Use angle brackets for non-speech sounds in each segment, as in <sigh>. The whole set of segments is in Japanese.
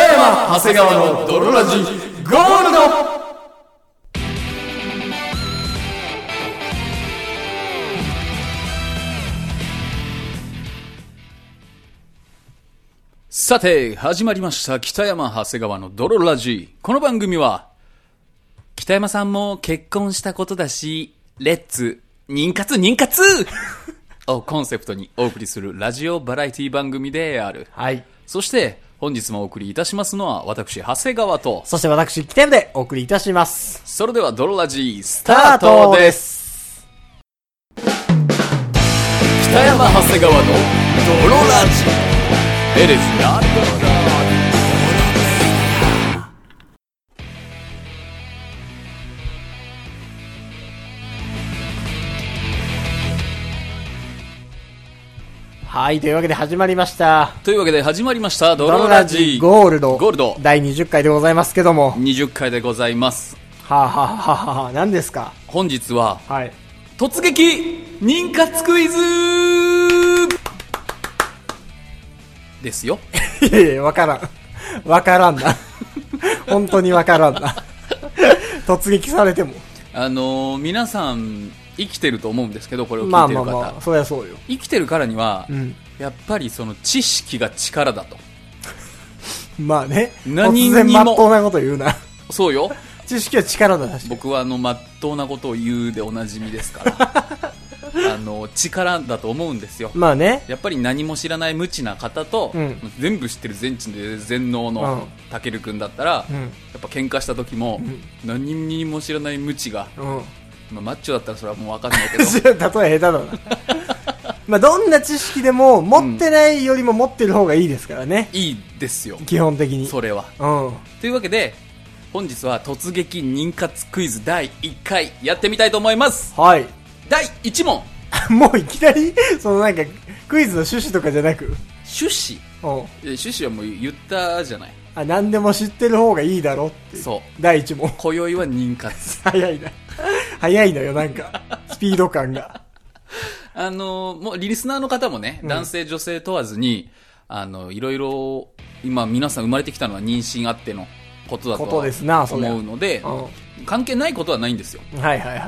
長谷川の泥ラジゴールドさて、始まりました。北山長谷川の泥ラジ。この番組は、北山さんも結婚したことだし、レッツ、妊活妊 <laughs> 活をコンセプトにお送りするラジオバラエティ番組である。はい。そして、本日もお送りいたしますのは、私、長谷川と、そして私、北山でお送りいたします。それでは、ドロラジー、ススタートです。す。北山長谷川のドロラジー。It is not d o はい、というわけで始まりました。というわけで、始まりました、ドドロロララジジー。ゴールド。ゴールド第20回でございますけども。 20回でございます。はあ、はあはあはあ、何ですか本日は、はい。突撃妊活クイズですよ。いやいや、わからん。わからんな。本当にわからんな。突撃されても。あのー皆さん、生きてると思うんですけど、これをま聞いあてるま方。あまあ、そりゃそうよ。生きてるからには、うん。やっぱりその知識が力だと。まあね。何に突も然真っ当なこと言うな。そう <laughs> よ。知識は力だ、確かに。僕はあの、まっとうなことを言うでおなじみです <laughs> から。あの、力だと思うんですよ。まあね。やっぱり何も知らない無知な方と、うん全部知ってる全知で全能うのんたけるくんだったら、うんやっぱ喧嘩した時も、ん何にも知らない無知が、うん。まあ、マッチョだったらそれはもうわかんないけど、 <laughs> 例え下手だな。まあ、どんな知識でも、持ってないよりも持ってる方がいいですからね。 <laughs> いいですよ。基本的に。それは。うん。というわけで、本日は突撃妊活クイズ第1回やってみたいと思います。はい。 <laughs> 第1問、もういきなり、そのなんか、クイズの趣旨とかじゃなく、うん。趣旨。え趣旨はもう言ったじゃない。あ、何でも知ってる方がいいだろっていう。そう。第一問。 <laughs> 今宵は妊活。早いな。早いのよ、なんか。スピード感が。あのもうリスナーの方もね、ん男性、女性問わずに、あの、いろいろ、今皆さん生まれてきたのは妊娠あってのことだとことですなそりゃ思うのでう、関係ないことはないんですよ。ん。はいはいは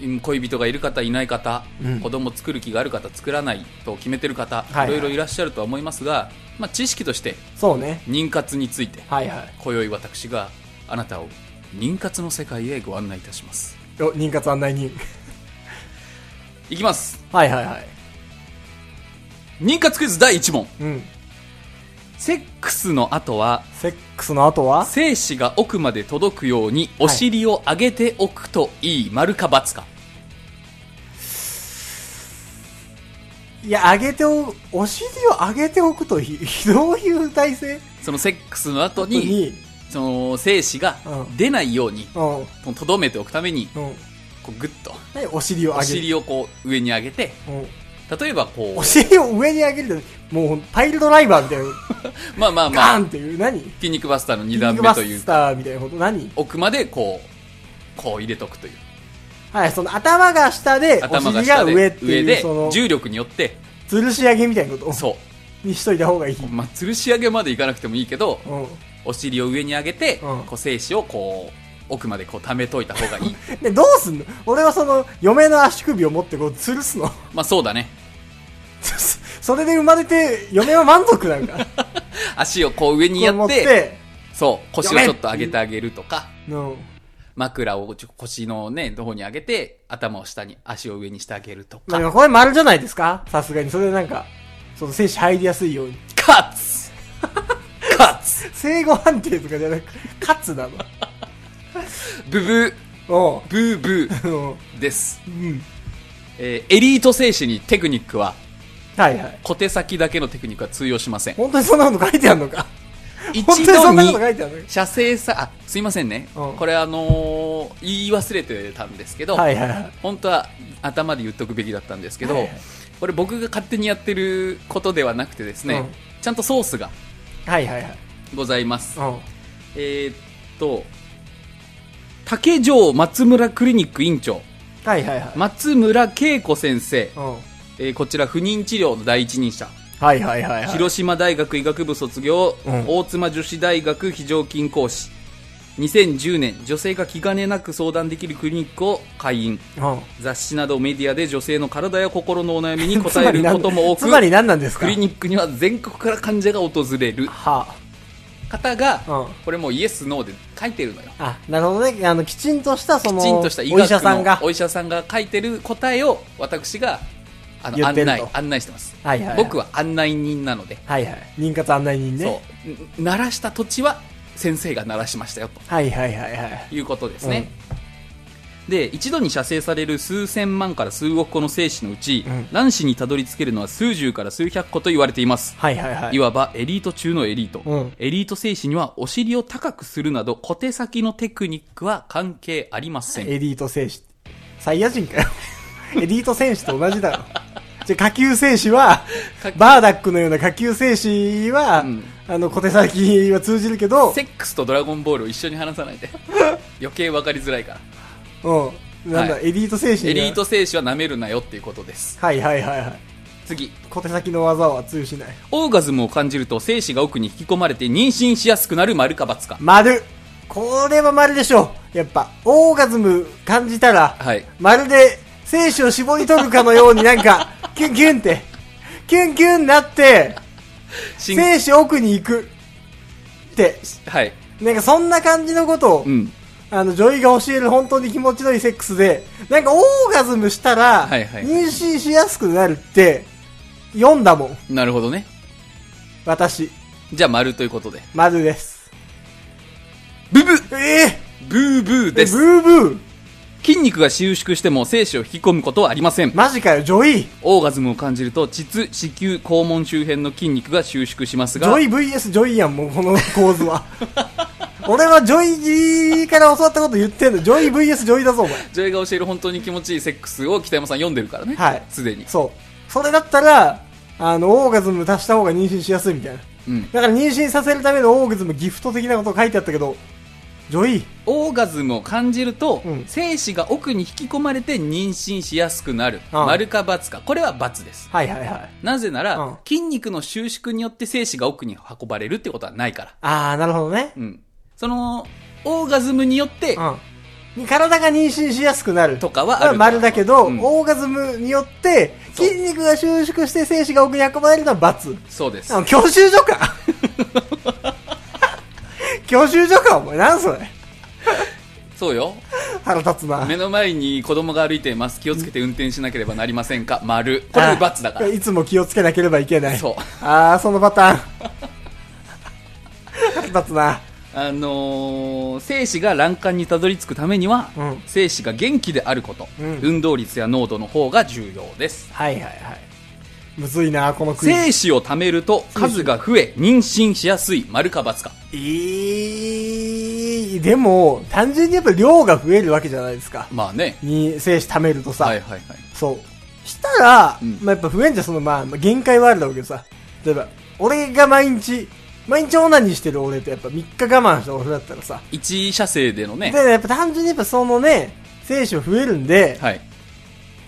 い。恋人がいる方、いない方、うん子供作る気がある方、作らないと決めてる方、いはいいろいろいらっしゃるとは思いますが、まあ、知識として、そうね。妊活について、はいはい。今宵私があなたを妊活の世界へご案内いたします。お、妊活案内人。いきます。はいはいはい。妊活クイズ第1問。うん。セックスの後はセックスの後は精子が奥まで届くようにお尻を上げておくといい、丸か×かいや、上げてお、お尻を上げておくとひ、どういう体勢そのセックスの後にに、その精子がうん出ないようにうん、うん。とどめておくためにこうグッと何お尻を上げおる。尻をこう上に上げてうん例えばこお尻を上に上げるって、もう、パイルドライバーみたいな、うまあまあガまーンあっていう、何筋肉バスターのキ2ン段グ目バというスターみたいなこと、何奥までこうこう入れとくというはい、その頭が下で、お頭が尻下がで上って上いう、でその、重力によって吊るし上げみたいなことそにしといた方がいい。う、まあ、吊るし上げまでいかなくてもいいけどうん。お尻を上に上げて、うんこう精子をこう奥までこう溜めといた方がい <laughs> いで、どうすんの俺はその、嫁の足首を持ってこう、吊るすの。 <laughs> まあそうだねそれで生まれて、嫁は満足なんか。足をこう上にや持っってて、そう腰をやめちょっと上げてあげるとかうん。枕をちょ腰のねどこに上げて頭を下に足を上にしてあげるとまかあ、でもこれ丸じゃないですかさすがに。それでなんか、その精子入りやすいように。カツ <laughs> カツ生後判定とかじゃなく、カツなブブの。ーブーブうん。うーです、ん。えーエリート精子にテクニックははいはい。小手先だけのテクニックは通用しません本当にそんなこと書いてあるのか一本当に度そんなにこと書いてあるのか射精さあすいませんね、うんこれあのー言い忘れてたんですけど、はいはいはい。本当は頭で言っとくべきだったんですけど、はいはいこれ僕が勝手にやってることではなくてですね、うんちゃんとソースがはいはいはい。ございます、うん。えーっと竹城松村クリニック院長はいはいはい。松村恵子先生、うん。えーこちら不妊治療の第一人者はいはいはいはい。広島大学医学部卒業、うん大妻女子大学非常勤講師2010年女性が気兼ねなく相談できるクリニックを開院うん雑誌などメディアで女性の体や心のお悩みにつ答まえりるなんことも多く <laughs> つまり何なんですかクリニックには全国から患者が訪れるは方が、うんこれもうイエスノーで書いてるのよあ。あ、なるほどね。あの、きちんとした、その、きちんとした医学おの医者さんが。お医者さんが書いてる答えを私があの言って案ると内案内してます、はいはいはい僕は案内人なので、はいはい。妊活案内人ね。そう鳴らした土地は先生が鳴らしましたよとはいはいはいはい。いうことですね、で一度に射精される数千万から数億個の精子のうち、うん卵子にたどり着けるのは数十から数百個と言われています、、はいはいはいい。わばエリート中のエリート、うんエリート精子にはお尻を高くするなど小手先のテクニックは関係ありません <laughs> エリート選手。サイヤ人かよ。 <laughs> エリート選手と同じだろ。じゃ、下級選手は下、級バーダックのような下級選手は、うんあの、小手先は通じるけど、セックスとドラゴンボールを一緒に話さない <laughs> で余計分かりづらいからうん。なんだ、はエリート選手エリート精子は舐めるなよっていうことですはいはいはいはい。次小手先の技は通じない。オーガズムを感じると精子が奥に引き込まれて妊娠しやすくなる丸か×か丸。これは丸でしょう。やっぱ、オーガズム感じたら、はいまるで、精子を絞り取るかのようにな <laughs> んか、キュンキュンって、キュンキュンなって、しん精子奥に行く。って、はいなんかそんな感じのことを、うんあの、女医が教える本当に気持ちのいいセックスで、なんかオーガズムしたら、はいはい妊娠しやすくなるって、読んだもん。なるほどね私、じゃあ丸ということで丸です。ブブええブーブーブですーブー筋肉が収縮しても精子を引き込むことはありませんマジかよ、ジョイオーガズムを感じると膣子宮肛門周辺の筋肉が収縮しますジがョイ VS ジョイやん、もうこの構 <laughs> 図は。俺はジョイから教わったこと言ってんの。ジョイ VS ジョイだぞ、お前。ジョイが教える本当に気持ちいいセックスを北山さん読んでるからねはいすでにそう。それだったら、あの、オーガズム足した方が妊娠しやすいみたいな。うんだから妊娠させるためのオーガズムギフト的なこと書いてあったけど、ジョイ、オーガズムを感じると、うん精子が奥に引き込まれて妊娠しやすくなる、うん丸か×かこれは×ですはいはいはい。なぜなら、うん筋肉の収縮によって精子が奥に運ばれるってことはないから、あー、なるほどね。うん、そのオーガズムによってうん。体が妊娠しやすくなる。とかはあるま丸だけど、うんオーガズムによって、そう筋肉が収縮して精子が奥に運ばれるのは×。そうですあ教習所 <laughs> か教習所かお前、なんそれ。そうよ腹立つな。目の前に子供が歩いています気をつけて運転しなければなりませんか丸これあー×だからいつも気をつけなければいけない。そうああ、その <laughs> パターン。腹立つな。あのー精子が卵管にたどり着くためには、うん精子が元気であること、うん運動率や濃度の方が重要ですはいはいはい。むずいな、このクイズ。精子を貯めると数が増え妊娠しやすい丸か×かえー、でも、単純にやっぱ量が増えるわけじゃないですか。まあねに、精子貯めるとさ。はいはいはいそう。したら、うんまあやっぱ増えんじゃん、その、まあ、まあ限界はあるだろうけどさ。例えば、俺が毎日、毎日オナニーしてる俺とやっぱ3日我慢した俺だったらさ。一射精でのねで、やっぱ単純にやっぱそのね、精子も増えるんで、はいっ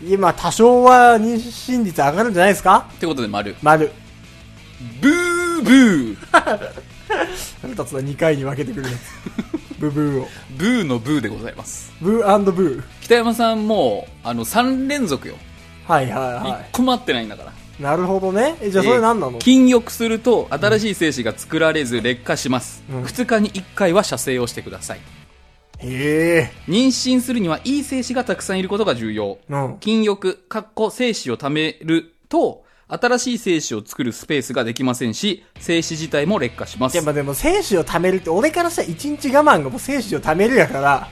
今多少は妊娠率上がるんじゃないですかてことで丸丸。ブーブー腹立つな、2回に分けてくるやつ。ブブーを。ブーのブーでございますブーブー。北山さんもうあの3連続よはいはいは一個も合ってないんだからい。なるほどね。え、じゃあそれ何なの、えー禁欲すると新しい精子が作られず劣化します、うん2日に1回は射精をしてくださいへえ。妊娠するにはいい精子がたくさんいることが重要うん。禁欲かっこ精子を貯めると新しい精子を作るスペースができませんし精子自体も劣化しまいやすまあでも精子を貯めるって、俺からしたら1日我慢がもう精子を貯めるやから、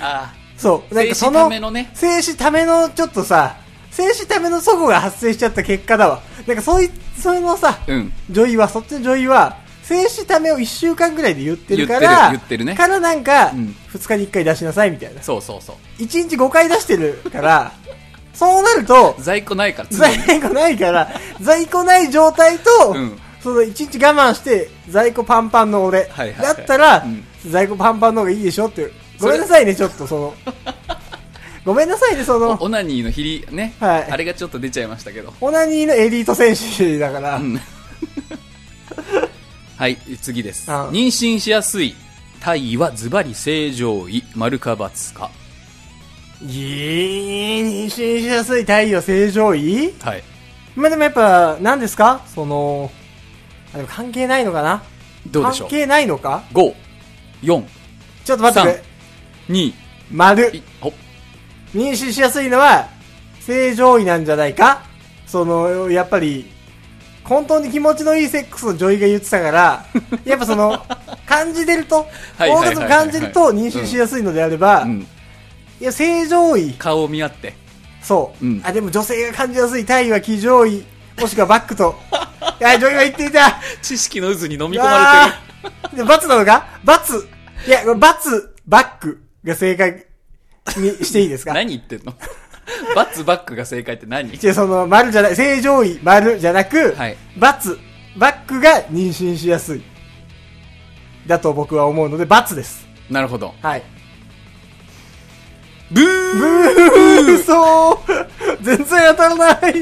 あそう。なんかそ精子の、ためのね精子ためのちょっとさ、精子ための祖母が発生しちゃった結果だわ。なんかそうい、そういうのさ、ーうん女医は、そっちの女医は、精子ためを1週間ぐらいで言ってるから、言ってる言ってるねからなんか、うん2日に1回出しなさいみたいな。そうそうそう1日5回出してるから、 <laughs> そうなると、在庫ないから常在に庫ないから、在庫ない状態と、うんその1日我慢して、在庫パンパンの俺、はいはいはいだったら、うん在庫パンパンの方がいいでしょっていう。そごれ <laughs> めんなさいね、ちょっとその、ごめんなさいね、その、オナニーのひり、ね、はいあれがちょっと出ちゃいましたけど。オナニーのエリート戦士だから、んはい、次です。うん妊娠しやすい体位はズバリ正常位、丸か×か。いい、妊娠しやすい太陽正常位はい。まあでもやっぱ、何ですかその、あでも関係ないのかなどうでしょう関係ないのか ?5、4、ちょっと待ってくれ。 2、丸。いお妊娠しやすいのは、正常位なんじゃないかその、やっぱり、本当に気持ちのいいセックスの女医が言ってたから、やっぱ <laughs> その、感じてると、はいオはいーはガいはいズム感じると妊娠しやすいのであれば、うん、いや、正常位、顔を見合って。そう、うんあ、でも女性が感じやすい体位は気上位、もしくはバッ <laughs> クと。いや、女医が言っていた知識の渦に飲み込まれてる。れてる。罰なのか罰。いや、罰、バックが正解にしていいですか何言ってんの <laughs> バッツバックが正解って何違う、その、丸じゃない、正常位、丸じゃなく、はい罰、バックが妊娠しやすい。だと僕は思うので、罰です。なるほど。はい。ブーうそー全然当たらない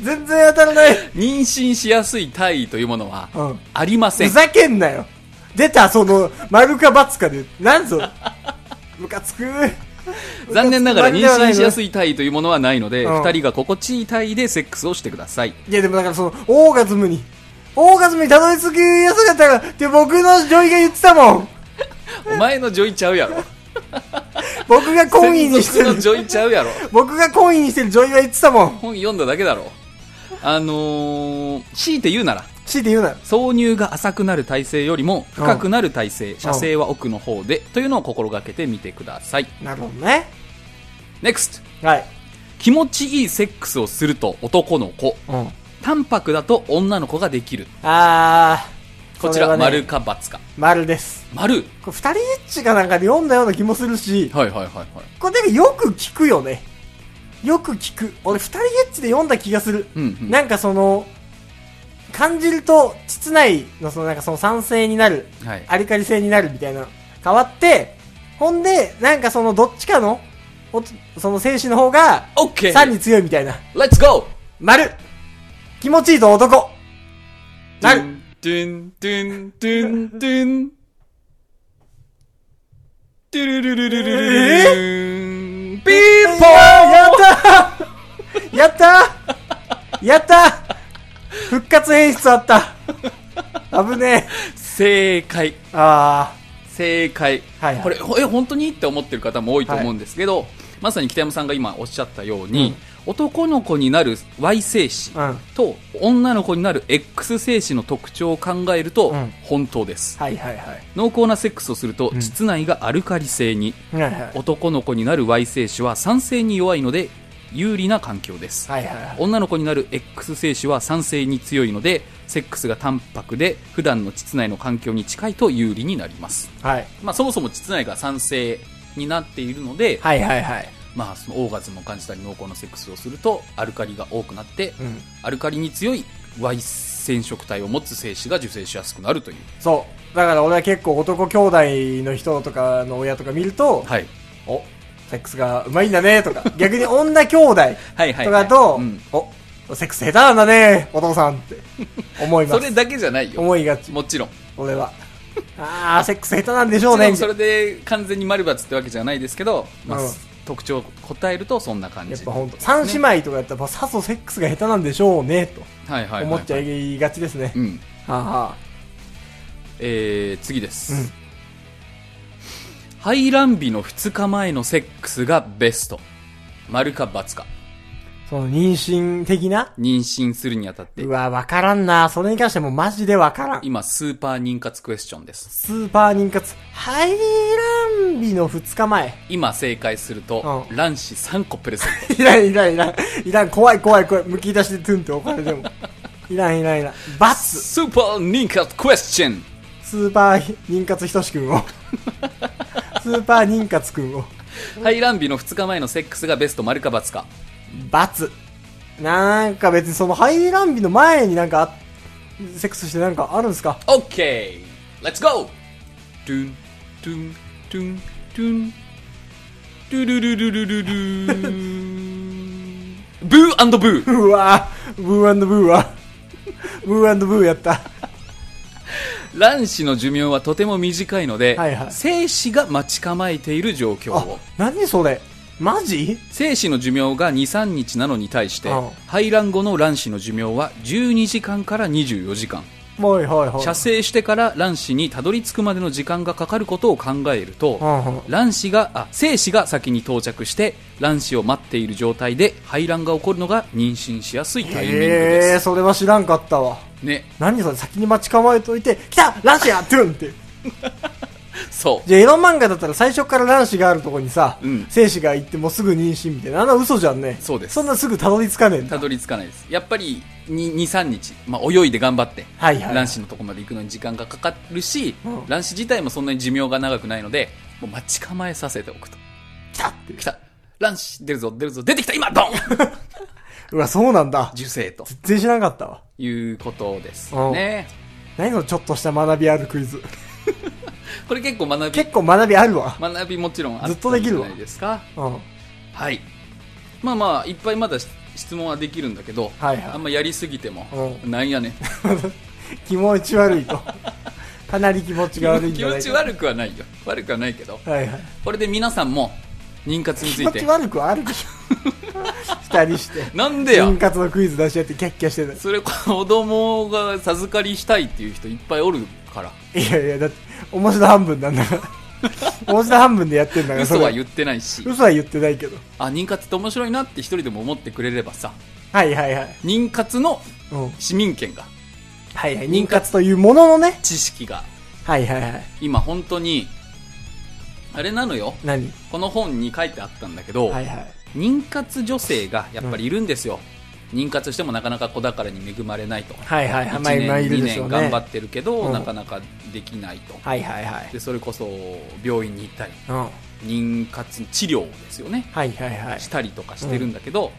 全然当たらない妊娠しやすい体位というものはうん、ありませふん。ざけんなよ出た、その、丸か×かで、なんぞ、ムカつく <laughs> 残念ながら妊娠しやすい。い体位というものはないので、うん二人が心地いい体位でセックスをしてください。いや、でもだからその、オーガズムに、オーガズムにたどり着きやすかったから、って僕の女医が言ってたもんお前の女医ちゃうやろ。僕が懇意にして専属のる、女医ちゃうやろ。僕が懇意にしてる女医は言ってたもん本読んだだけだろ。あのー、強いて言うなら、強いて言うなら。挿入が浅くなる体勢よりも深くなる体勢、射精は奥の方で、というのを心がけてみてください。なるほどね。 NEXT! はい。気持ちいいセックスをすると男の子、うん。淡白だと女の子ができる。あー。こちそれら、はね丸。か×か。丸です。丸これ二人エッチかなんかで読んだような気もするし、はいはいはいはい。これなんかよく聞くよね。よく聞く。俺二人エッチで読んだ気がする。うんうんなんかその、感じると、膣内のそのなんかその酸性になる、はいアリカリ性になるみたいなの変わって、ほんで、なんかそのどっちかの、おその精子の方が、 OK! 酸に強いみたいな。 Let's go! 丸気持ちいいぞ男丸トゥン、トゥン、トゥン、トゥン。トゥルルルルルルルルン。ピーポやったやったやった復活演出あった危ねえ。正解。あ正解。はいはいこれ、ほえ、本当にって思ってる方も多いと思うんですけど、まさに北山さんが今おっしゃったように、男の子になる Y 精子あ。うん。と女の子になる X 精子の特徴を考えるとうん本当です。はいはいはい。濃厚なセックスをすると、ん膣内がアルカリ性に、はいはい。男の子になる Y 精子は酸性に弱いので有利な環境です、はいはい。女の子になる X 精子は酸性に強いのでセックスが淡白で普段の膣内の環境に近いと有利になります、はい。まあ、そもそも膣内が酸性になっているので、はいはいはい。まあ、そのオーガズムを感じたり濃厚なセックスをするとアルカリが多くなって、うん。アルカリに強い Y 染色体を持つ精子が受精しやすくなるというそう。だから俺は結構男兄弟の人とかの親とか見ると、はいお、セックスがうまいんだねとか、逆に女兄弟はいはいとはかいだとうん、お、セックス下手なんだね、お父さんって <laughs> 思いまそす。れだけじゃないよ思いがち。もちろん俺は。あー、セックス下手なんでしもょうちろね。んそれで完全に丸×ってわけじゃないですけど、まあうん特徴を答えるとそんな感じやっぱほんと。三姉妹とかやったら、さぞセックスが下手なんでしょうね、とはいはいはい、思っちゃいがちですねう。んはあはあ。えー、次です、うん排排卵日の2日前のセックスがベスト丸か×かその妊娠的な妊娠するにあたってうわ、わからんな。それに関してはもうマジでわからん。今スーパー妊活クエスチョンですスーパー妊活、排卵日の2日前。 <laughs> 今正解すると、う卵子3個プレゼントいらん、いらん、いらん。いらん、怖い、怖い、怖い。むき出しでトゥンって置かれても。いらん、いらん、いらん。バツ <laughs> スーパー妊活クエスチョンスーパー妊活ひとしくん <laughs> を。スーパー妊活くんを。排卵日の2日前のセックスがベスト丸か×かバツなんか別にその排卵日の前になんか、セックスしてなんかあるんですか OK! Let's go! トゥン、トゥン、トゥン、トゥン。ルルルル <laughs> ルルルーブーブーうわーブーブーはブーブーやった卵子の寿命はとても短いので、はいはい精子が待ち構えている状況あを何それマジ精子の寿命が23日なのに対してうん排卵後の卵子の寿命は12時間から24時間はいはいはい射精してから卵子にたどり着くまでの時間がかかることを考えると、うんうん卵子があ精子が先に到着して卵子を待っている状態で排卵が起こるのが妊娠しやすいタイミングでへえす、それは知らんかったわね何それ先に待ち構えといて「来た卵子や!」ってうんってそじゃあエロ漫画だったら最初から卵子があるとこにさ、うん精子が行ってもうすぐ妊娠みたいなあんな嘘じゃんねそうですそんなすぐたどり着かねえんうだたどり着かないですやっぱり23日、まあ、泳いで頑張ってはいはい卵子のとこまで行くのに時間がかかるし、うん卵子自体もそんなに寿命が長くないのでもう待ち構えさせておくと来たって来た卵子出るぞ出るぞ出てきた今ドン <laughs> うわそうなんだ受精と全然知らんかったわいうことですね何そのちょっとした学びあるクイズこれ結構学び結構学びあるわ学びもちろんあずっとできるわったんじゃないですかうんははいまあまあいっぱいまだし質問はできるんだけど、いあはんまやりすぎても、うなんやねんい気持ち悪 <laughs> いとかなり気持ちが悪いん気じゃな持いちか悪くはないよ悪くはないけどはいはいこれで皆さんも妊活につ気い持てち悪くはあるでしょ二人してなんでや妊活のクイズ出し合ってキャッキャしてたそれ子供が授かりしたいっていう人いっぱいおるからいやいや、だって、面白半分なんだから。 <laughs> 面白半分でやってんだから、嘘はそれ言ってないし嘘は言ってないけど。あ妊活って面白いなって一人でも思ってくれればさはいはいはい。妊活のうん。市民権がはいはい。妊活というもののね。知識がはいはいはい。今本当にあれなのよ何この本に書いてあったんだけど、はいはい。妊活女性がやっぱりいるんですよ、妊活してもなかなか子宝に恵まれないと、はいはい1はい。まあ今い年、2るでしょう年ね。頑張ってるけど、うんなかなかできないと、はいはいはい。でそれこそ病院に行ったり、うん。はい妊活治療ですよね、はいはいし。たりとかしてるんだけど、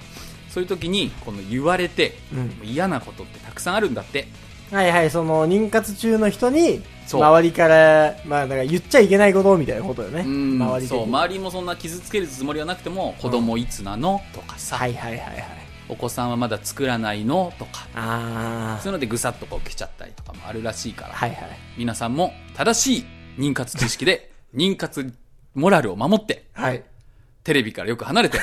そういう時にこの言われて、うんもう嫌なことってたくさんあるんだって、はいはい、その、妊活中の人に、そう周りから、まあだから言っちゃいけないことみたいなことよね。うん周り的そうに周りもそんな傷つけるつもりはなくても、子供いつなのとかさ、はいはいはいはい。お子さんはまだ作らないのとか、あそー。ういうのでぐさっとこう来ちゃったりとかもあるらしいから、はいはい。皆さんも正しい妊活知識で、 <laughs> 妊活モラルを守って、はい。テレビからよく離れて、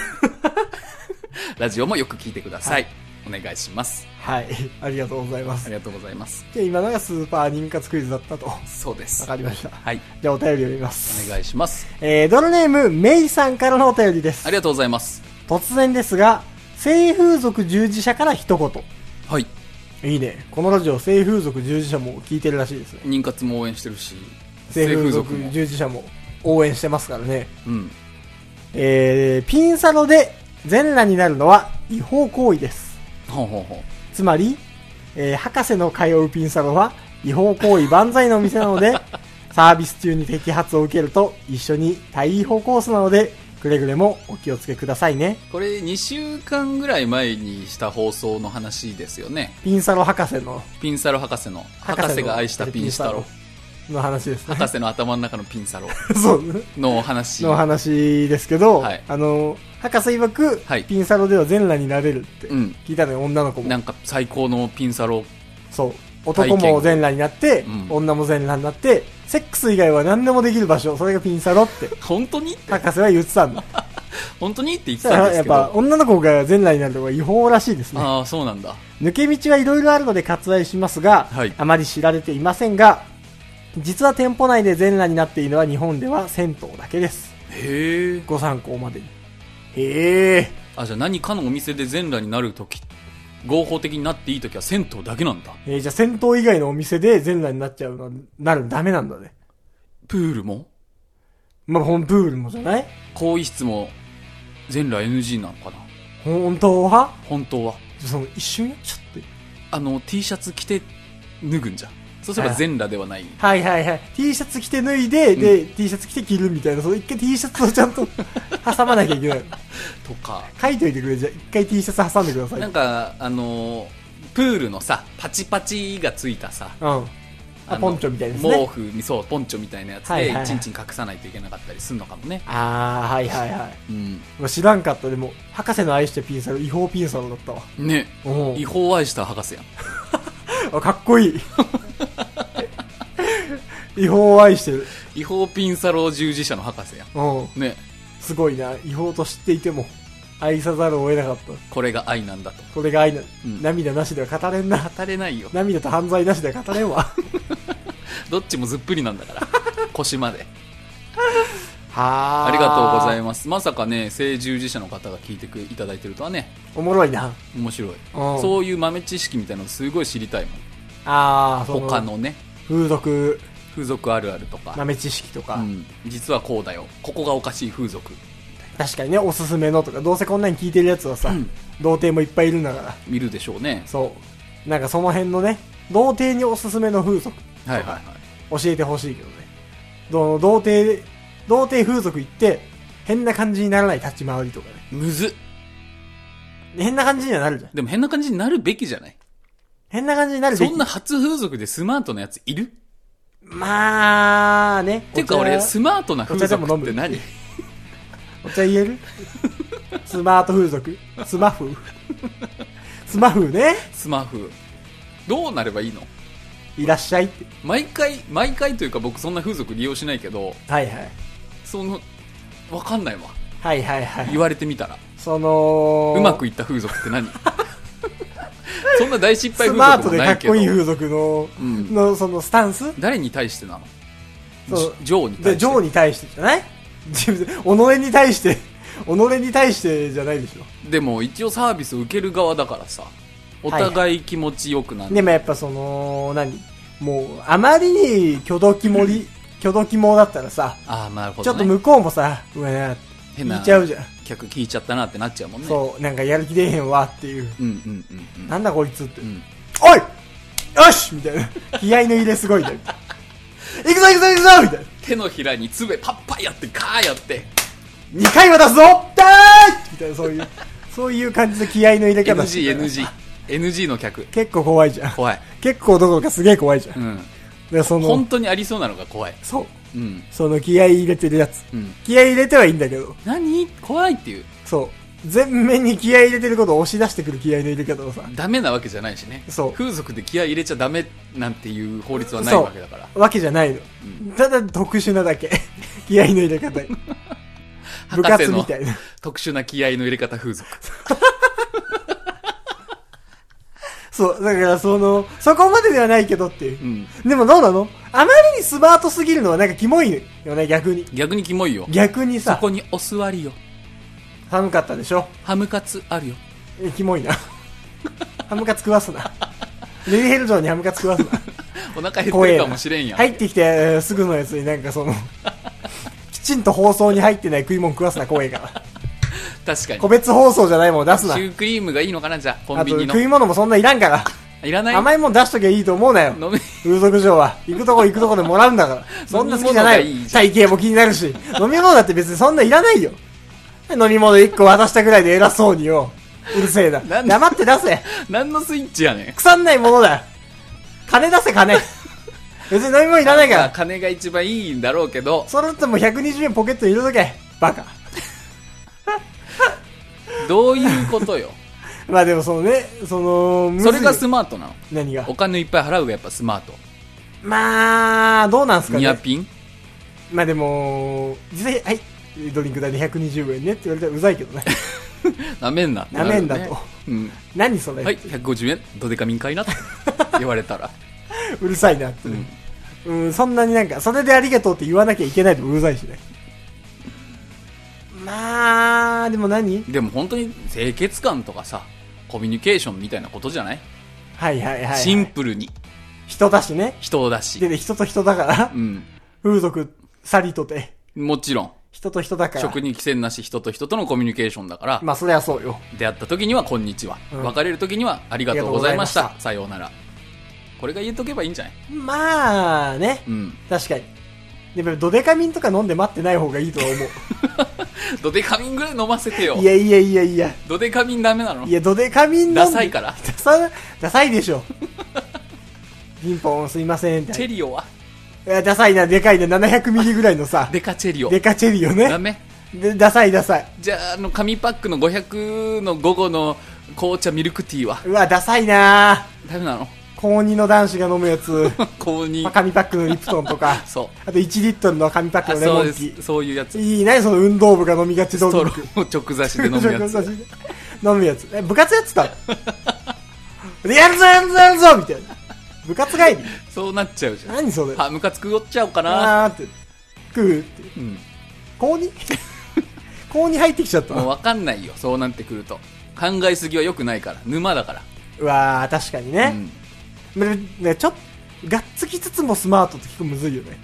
<laughs> ラジオもよく聞いてください。お願いします。はい。 <laughs> ありがとうございまあす。りがとうございます。じゃあ今のがスーパー妊活クイズだったと。わそうです。かりました。はい。じゃあお便り読みます。お願いします。えー、ドルネーム、メイさんからのお便りですあ。りがとうございます。突然ですが、性風俗従事者から一はい。言。いいね。このラジオ、性風俗従事者も聞いてるらしいですね。妊活も応援してるし、性風性俗も。従事者も応援してますからね。うん。えー、ピンサロで全裸になるのは違法行為です。ほうほうほう。つまり、えー、博士の通うピンサロは違法行為万歳の店な <laughs> ので、サービス中に摘発を受けると一緒に対違法コースなので、くれぐれもお気をつけくださいね。これ2週間ぐらい前にした放送の話ですよね。ピンサロ博士の、ピンサロ博士の、博士のが愛したピンサロ。。の話ですね。博士の頭の中のピンサロ <laughs> そう。のお話。の話ですけど、はいあの、博士曰く、はいピンサロでは全裸になれるってうん。聞いたのよ、女の子なんも。か最高のピンサロ。そう。男も全裸になって、うん女も全裸になって、セックス以外は何でもできる場所、それがピンサ <laughs> ロって、本当に博士は言って <laughs> たんだ。本当にって言ってだかたんらでやす <laughs> っけど。ぱ、女の子が全裸になるのが違法らしいですね。ああ、そうなんだ。抜け道はいろいろあるので割愛しますが、はいあまり知られていませんが、実は店舗内で全裸になっているのは日本では銭湯だけです。へえ。ご参考までに。へえ。あ、じゃあ何かのお店で全裸になるとき、合法的になっていいときは銭湯だけなんだ。えーじゃあ銭湯以外のお店で全裸になっちゃうのは、なるのダメなんだね。プールもまあ、ほんプールもじゃない更衣室も全裸 NG なのかな本当は本当は。その一瞬やっちゃって。あの、T シャツ着て脱ぐんじゃん。そうすれば全裸ではない。はいはいはい。T シャツ着て脱いで、で、T シャツ着て着るみたいな、その一回 T シャツをちゃんと <laughs> 挟まなきゃいけない。とか、書いといてくれ、じゃあ一回 T シャツ挟んでください。なんか、あのー、プールのさ、パチパチがついたさ、うん。あのポンチョみたいですね毛布にそうポンチョみたいなやつはいではいはいちんちん隠さないといけなかったりするのかもね、ああ、はいはいはうん、い。もう知らんかった。でも、博士の愛してるピンサロ、違法ピンサロだったわ。ねおう違法を愛した博士やん <laughs> あ、かっこいい。違法を愛してる。違法ピンサロ従事者の博士やうん。んねすごいな。違法と知っていても、愛さざるを得なかった。これが愛なんだとこれが愛な、ん涙なしでは語れんな。語れないよ涙と犯罪なしでは語れんわ。どっちもずっぷりなんだから <laughs> 腰まではありがとうございまますまさかね性従事者の方が聞いてくいただいてるとはねす。おもろいな。面白いうんそういう豆知識みたいなのすごい知りたいもんああ、そ他。のね風俗、風俗あるあるとか、豆知識とか、うん、実はこうだよここがおかしい風俗確かにね、おすすめのとか、どうせこんなに聞いてるやつはさ、うん童貞もいっぱいいるんだから。見るでしょうねそう。なんかその辺のね、童貞におすすめの風俗、はいはいはい教えてほしいけどね。どう童貞、童貞風俗行って、変な感じにならない立ち回りとかね。むずっ変な感じにはなるじゃん。でも変な感じになるべきじゃない変な感じになるべそきんな初風俗でスマートなやついるっまあね。ていうかお茶俺スマートな風俗って何お茶言える <laughs> スマート風俗スマフスマフね。スマフどうなればいいのいらっしゃいって。毎回毎回というか僕そんな風俗利用しないけどはいはい。そのわかんないわはいはいはい。言われてみたらそのうまくいった風俗って何 <laughs> そんな大失敗スマー風ト俗でもかなっいけどこいい風俗の、うんのそのスタンス誰に対してなのそうジジョーに対しで、てジョーに対してじゃない <laughs> 自分で、己に対して、己に対してじゃないでしょ。でも一応サービスを受ける側だからさお互い気持ちよくなる、でもやっぱその、何もう、あまりに挙動気盛り、挙動気盛だったらさ、ああなるほちょど、っね、と向こうもさ、うわーって変な言っちゃうじゃん。客聞いちゃったなってなっちゃうもんねそう、なんかやる気出えへんわっていう。うんうんうんなんだこいつって。うんうんおいよしみたいな。気合の入れすごいみたいな。行くぞ行くぞ行くぞみたいな。手のひらにつべパッパやってカーやって2回は出すぞだーいみたいな、そういう、そういう感じの気合の入れ方してたら NGNGNG の客結構怖いじゃん。怖い結構どころかすげえ怖いじゃう。んんで、その本、当にありそうなのが怖いそう。うんその気合い入れてるやつ。うん気合い入れてはいいんだけど、何怖いっていうそう。全面に気合い入れてることを押し出してくる気合いの入れ方をさ、ダメなわけじゃないしねそう風俗で気合い入れちゃダメなんていう法律はないわけだからわけじゃないの。ただ特殊なだけ。 <laughs> 気合いの入れ <laughs> 方。部博士活のみたいな。特殊な気合いの入れ方風俗そう。だからその、そこまでではないけどっていうう。んでもどうなのあまりにスマートすぎるのはなんかキモいよね、逆に。逆にキモいよ逆にそさ、こにお座りよ寒かったでしょハムカツあるよえ <laughs> キモいな。ハムカツ食わすな。レリヘル城にハムカツ食わす <laughs> な。お腹減って怖えるなかもしれんやん入ってきて、えーすぐのやつになん <laughs> かその、きちんと放送に入ってない食い物食わすな、怖いから。確かに個別放送じゃないもん出 <laughs> すなシ。ュークリームがいいのかなじゃあコンあビとニの食い物もそんないらんから。いらない甘いもん出しときゃいいと思うなよ。飲み風俗嬢は。行くとこ行くとこでもらうん <laughs> だから。そんな好きじゃない飲み物がいいよ。じゃ体型も気になるし。飲み物だって別にそんないらないよ。飲み物1個渡したぐらいで偉そうによ。うるせえな。なんで黙って出せ。 <laughs> 何のスイッチやねん腐んないものだよ。金出 <laughs> せ、金。別に飲み物いらないかまあら。金が一番いいんだろうけどそれだってもう120円ポケットに入れとけ。バカ。どういうことよまあでもそのね、その、 <laughs> むずそいれがスマートなの何がお。金いっぱい払うがやっぱスマートまあ、どうなんすかニアね。ピンまあでも、実際、はい、ドリンク代で120円ねって言われたらうざいけどね。 <laughs> なめんななめんなるよとねうん何それ、はい、150円、ドデカミンかいな <laughs> って言われたら。うるさいなって、ねうん、そんなになんか、それでありがとうって言わなきゃいけないともうるさいしね。まあ、でも何でも本当に清潔感とかさ、コミュニケーションみたいなことじゃない、はいはいはい、はい。シンプルに人だしね。人だしで、。ね、人と人だからう、ん。風俗、さりとて、もちろん、人と人だから。食に規制なし人と人とのコミュニケーションだから、まあ、そりゃそうよ。出会った時にはこんにちは、うん別れる時にはありがとうございました。ありがとうございましたさようなら。これが言っとけばいいんじゃないまあね、うん。確かに。でも、ドデカミンとか飲んで待ってない方がいいとは <laughs> ドデカミンぐらい飲ませてよ思う。い。やいやいやいや。ドデカミンダメなのいや、ドデカミン飲んでダサいからダサ、ダサいでしょ。ピンポンすいませんって。チェリオはいやダサいな、でかいな、700ミリぐらいのさ、デカチェリオ。でかチェリよダね。メでダサいダサい。じゃあ、あの、紙パックの500の午後の紅茶ミルクティーはうわ、ダサいなダメなの <laughs> 高2の男子が飲むやつ。こうに、まあ、。紙パックのリプトンとかそう。あと1リットルの紙パックあのレモそうンでティす。そういうやつ。ー。いいね、その運動部が飲みがちスドトロリンク。ーを直刺しで飲むやつ。飲むやつ。え、部活やってたのでやるぞやるぞやるぞみたいな。部活帰りそうなっちゃうじゃん。何それは、ムカつくおっちゃおうかな。あーって。食うって。うん。高 2? <laughs> 高2入ってきちゃっ <laughs> たもうの。わかんないよ。そうなってくると。考えすぎは良くないから。沼だから。うわー、確かにうね。ん。まあね、ちょっと、がっつきつつもスマートって結構むずいよね。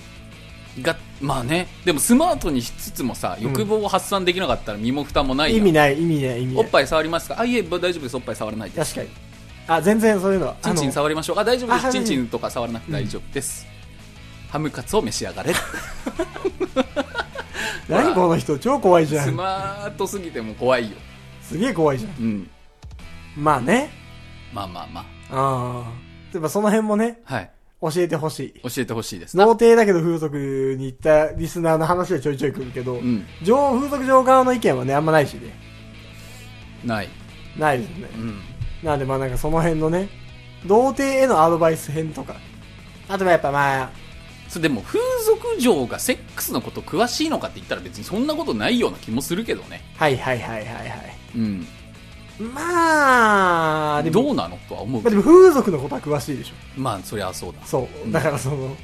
が、まあね。でもスマートにしつつもさ、欲望を発散できなかったら身も蓋もない意やん味ない、意味ない、意味なおいっ。ぱい触りますかあ、いえ、大丈夫です。おっぱい触らないで。確かに。あ、全然そういうのは。チンチンあの触りましょう。あ、大丈夫であす。はいチンチンとか触らなくて大丈夫です。ハムカツを召し上がれ。何この人、超怖いじゃスん。マートすぎても怖いよ。すげえ怖いじゃん。うん。まあね。まあまあまああ。でもその辺もね、あ。はい。教えてほしい。教えてほしいですな。童貞だけど風俗に行ったリスナーの話はちょいちょい来るけど、うん。上風俗上側の意見はね、あんまないしね。ない。ないですねう。ん。なんでまあなんかその辺のね、童貞へのアドバイス編とか。あとはやっぱまあ、それでも風俗嬢がセックスのこと詳しいのかって言ったら別にそんなことないような気もするけどね。はいはいはいはいはい。うん。まあ、でも、どうなのとは思うまあけでど。も風俗のことは詳しいでしょ。まあ、そりゃそうだ。そう。だからその、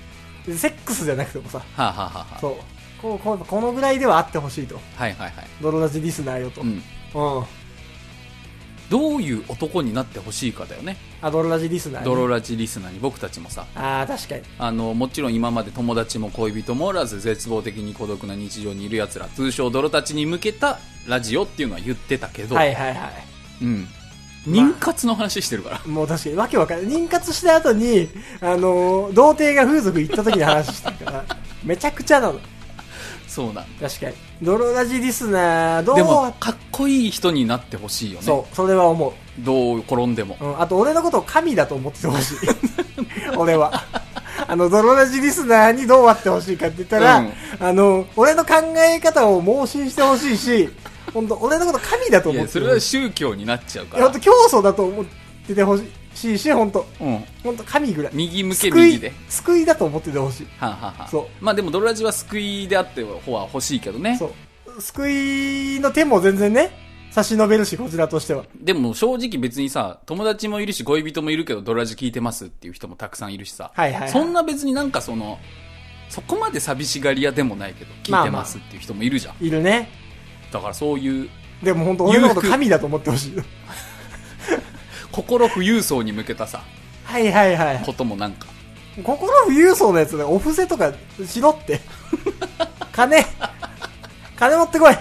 セックスじゃなくてもさ、はあ、はあはあはそう。こうこうこのぐらいではあってほしいと。あ、はいはいはい。泥立ちリスナーよと。ううん。ん。どういう男になってほしいかだよね。あ、泥ラジリスナー、ね。ドロラジリスナーに僕たちもさ。ああ、確かに。あの、もちろん今まで友達も恋人もおらず絶望的に孤独な日常にいる奴ら、通称泥たちに向けたラジオっていうのは言ってたけど、はいはいはい。うん。妊活の話してるから。 <laughs> もう確かに、わけわかんない。妊活した後に、あのー童貞が風俗行った時の話してるから、めちゃくちゃなの。そうなん確かに。泥ラジリスナー、どうでも、かっこいい人になってほしいよね。そう、それは思う。どう転んでもう。ん、あと、俺のことを神だと思っててほし <laughs> い。俺は。あの、泥ラジリスナーにどうあってほしいかって言ったら、うんあの、俺の考え方を盲信してほしいし、本当俺のこと神だとい思っや、そてれほしいは宗教になっちゃうかいや、らほんと。競争だと思っててほしいし、ほんと。うん。ほんと神ぐらい。右向け救右いで。、救いだと思っててほしい。はんはんはんそうまあでも、ドロラジは救いであって方は欲しいけどね。そう。救いの手も全然ね、差し伸べるし、こちらとしては。でも、正直別にさ、友達もいるし、恋人もいるけど、ドロラジ聞いてますっていう人もたくさんいるしさ。はいはい、はい。そんな別になんかその、そこまで寂しがり屋でもないけど、聞いてますっていう人もいるじゃん。いるね。だからそういう、でも本当俺のこと神だと思ってほしい。心富裕層に向けたさ、はいはいはい。こともなんか、心富裕層のやつね、お布施とかしろって。金、金持ってこい。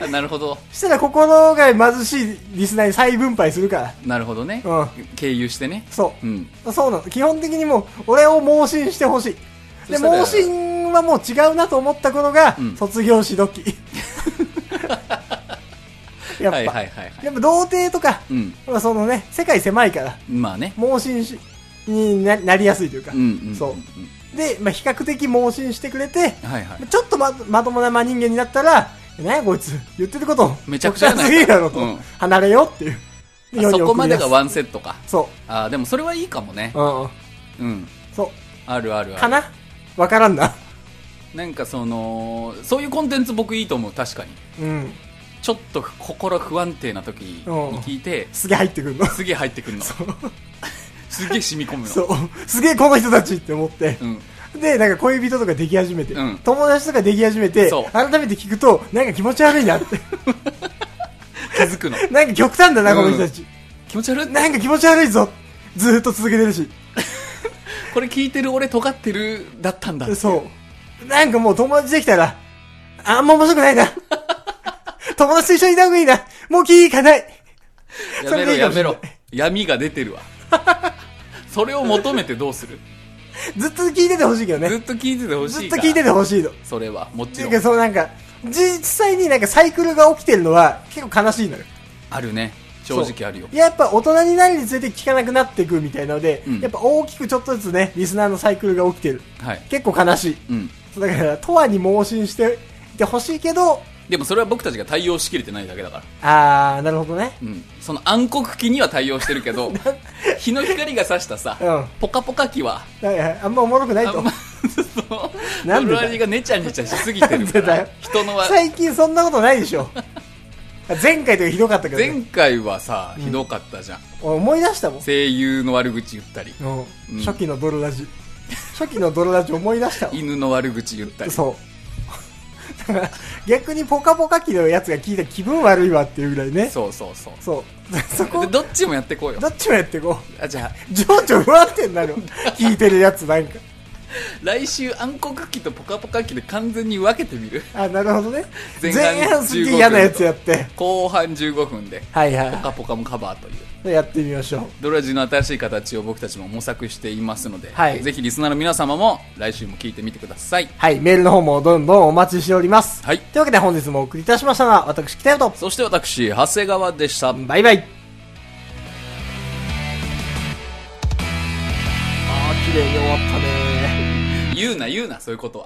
あなるほど、したら心が貧しいリスナーに再分配するかなるほどね。ら。うん。経由してね。そう。うん。そうなの。基本的にもう、俺を盲信してほしい。そで、したら盲信はもう違うなと思ったことが、うん卒業し <laughs> 時。やっぱ、はいはいはいはい。やっぱ童貞とか、うん。まあそのね、世界狭いから、まあね。盲信しにななりやすいというか、うんうんうん。そうんで、まあ、比較的盲信してくれて、はいはい。ちょっとままともな真人間になったら、ねこいつ、言ってること、めちゃくちゃやこなっちはすげえだろと、うん離れよっていう。で世あにそこまでが送り出すワンセットか。そああ、でもそれはいいかもねう。。うん。うん。そあるあるう。ある。かなわからんな。なんかその、そういうコンテンツ僕いいと思う、確かに。うん。ちょっと心不安定な時に聞いて、すげえ入ってく <laughs> るの。すげえ入ってくるの。 <laughs> すげえ染み込むの。そう。すげえこの人たちって思って。うん。で、なんか恋人とかでき始めて、うん友達とかでき始めてそう、改めて聞くと、なんか気持ち悪いなって。 <laughs> 気づくの。なんか極端だな、この人たち。気持ち悪い。なんか気持ち悪いぞ。ずーっと続けてるし。これ聞いてる俺尖ってるだったんだ。そう。なんかもう友達できたら、あんま面白くない <laughs> な。友達と一緒にいた方がいいな。もう気いかない。やめろそれでいいかやもしれめないろ。闇が出てるわ。 <laughs> それを求めてどうするずっと聞いててほしいけどずね。っと聞いててほしいずっかとら聞いててほしいの。それは、もってちいろうか、ん。そのなんか、実際になんかサイクルが起きてるのは結構悲しいのよ。あるね。正直あるよそうやっぱ大人になるにつれて聞かなくなっていくみたいなので、うんやっぱ大きくちょっとずつね、リスナーのサイクルが起きてる。はい結構悲しい。うんそうだから、とわに盲信していてほしいけど、でもそれは僕たちが対応しきれてないだけだから、あー、なるほどね。うん、その暗黒期には対応してるけ <laughs> ど日の光が差したさ、うんポカポカ期ははいはいあんまおもろくないあとん。まそうなんドでだよロラジがネチャネチャしすぎてるかなんでだらよ人のは <laughs> 最近そんなことないでしょ。前回とかひどかったけどね、前回はさひどかったじゃん、俺思い出したもん。声優の悪口言ったりうんうん初期のドロラジ。初期のドロラジ思い出したわ犬の悪口言ったりそう。だから逆にポカポカ機のやつが聞いたら気分悪いわっていうぐらいね。そうそうそうそう。 <laughs> そこで、どっちもやってこうよどっちもやってこあじゃあう。情緒不安定に <laughs> なるわ聞いてるやつなんか。来週暗黒期とポカポカ期で完全に分けてみるあ、なるほどね。前前半半すげえ嫌なやつやって。後半15分では「いポはカポカ」もカバーというい。やってみましょう。ドラジの新しい形を僕たちも模索していますので、はいぜひリスナーの皆様も来週も聞いてみてくださいはい、メールの方もどんどんお待ちしております。はいというわけで本日もお送りいたしましたのは、私、北山と。そして私長谷川でした、バイバイ。あー、綺麗に終わったね言うな言うなそういうことは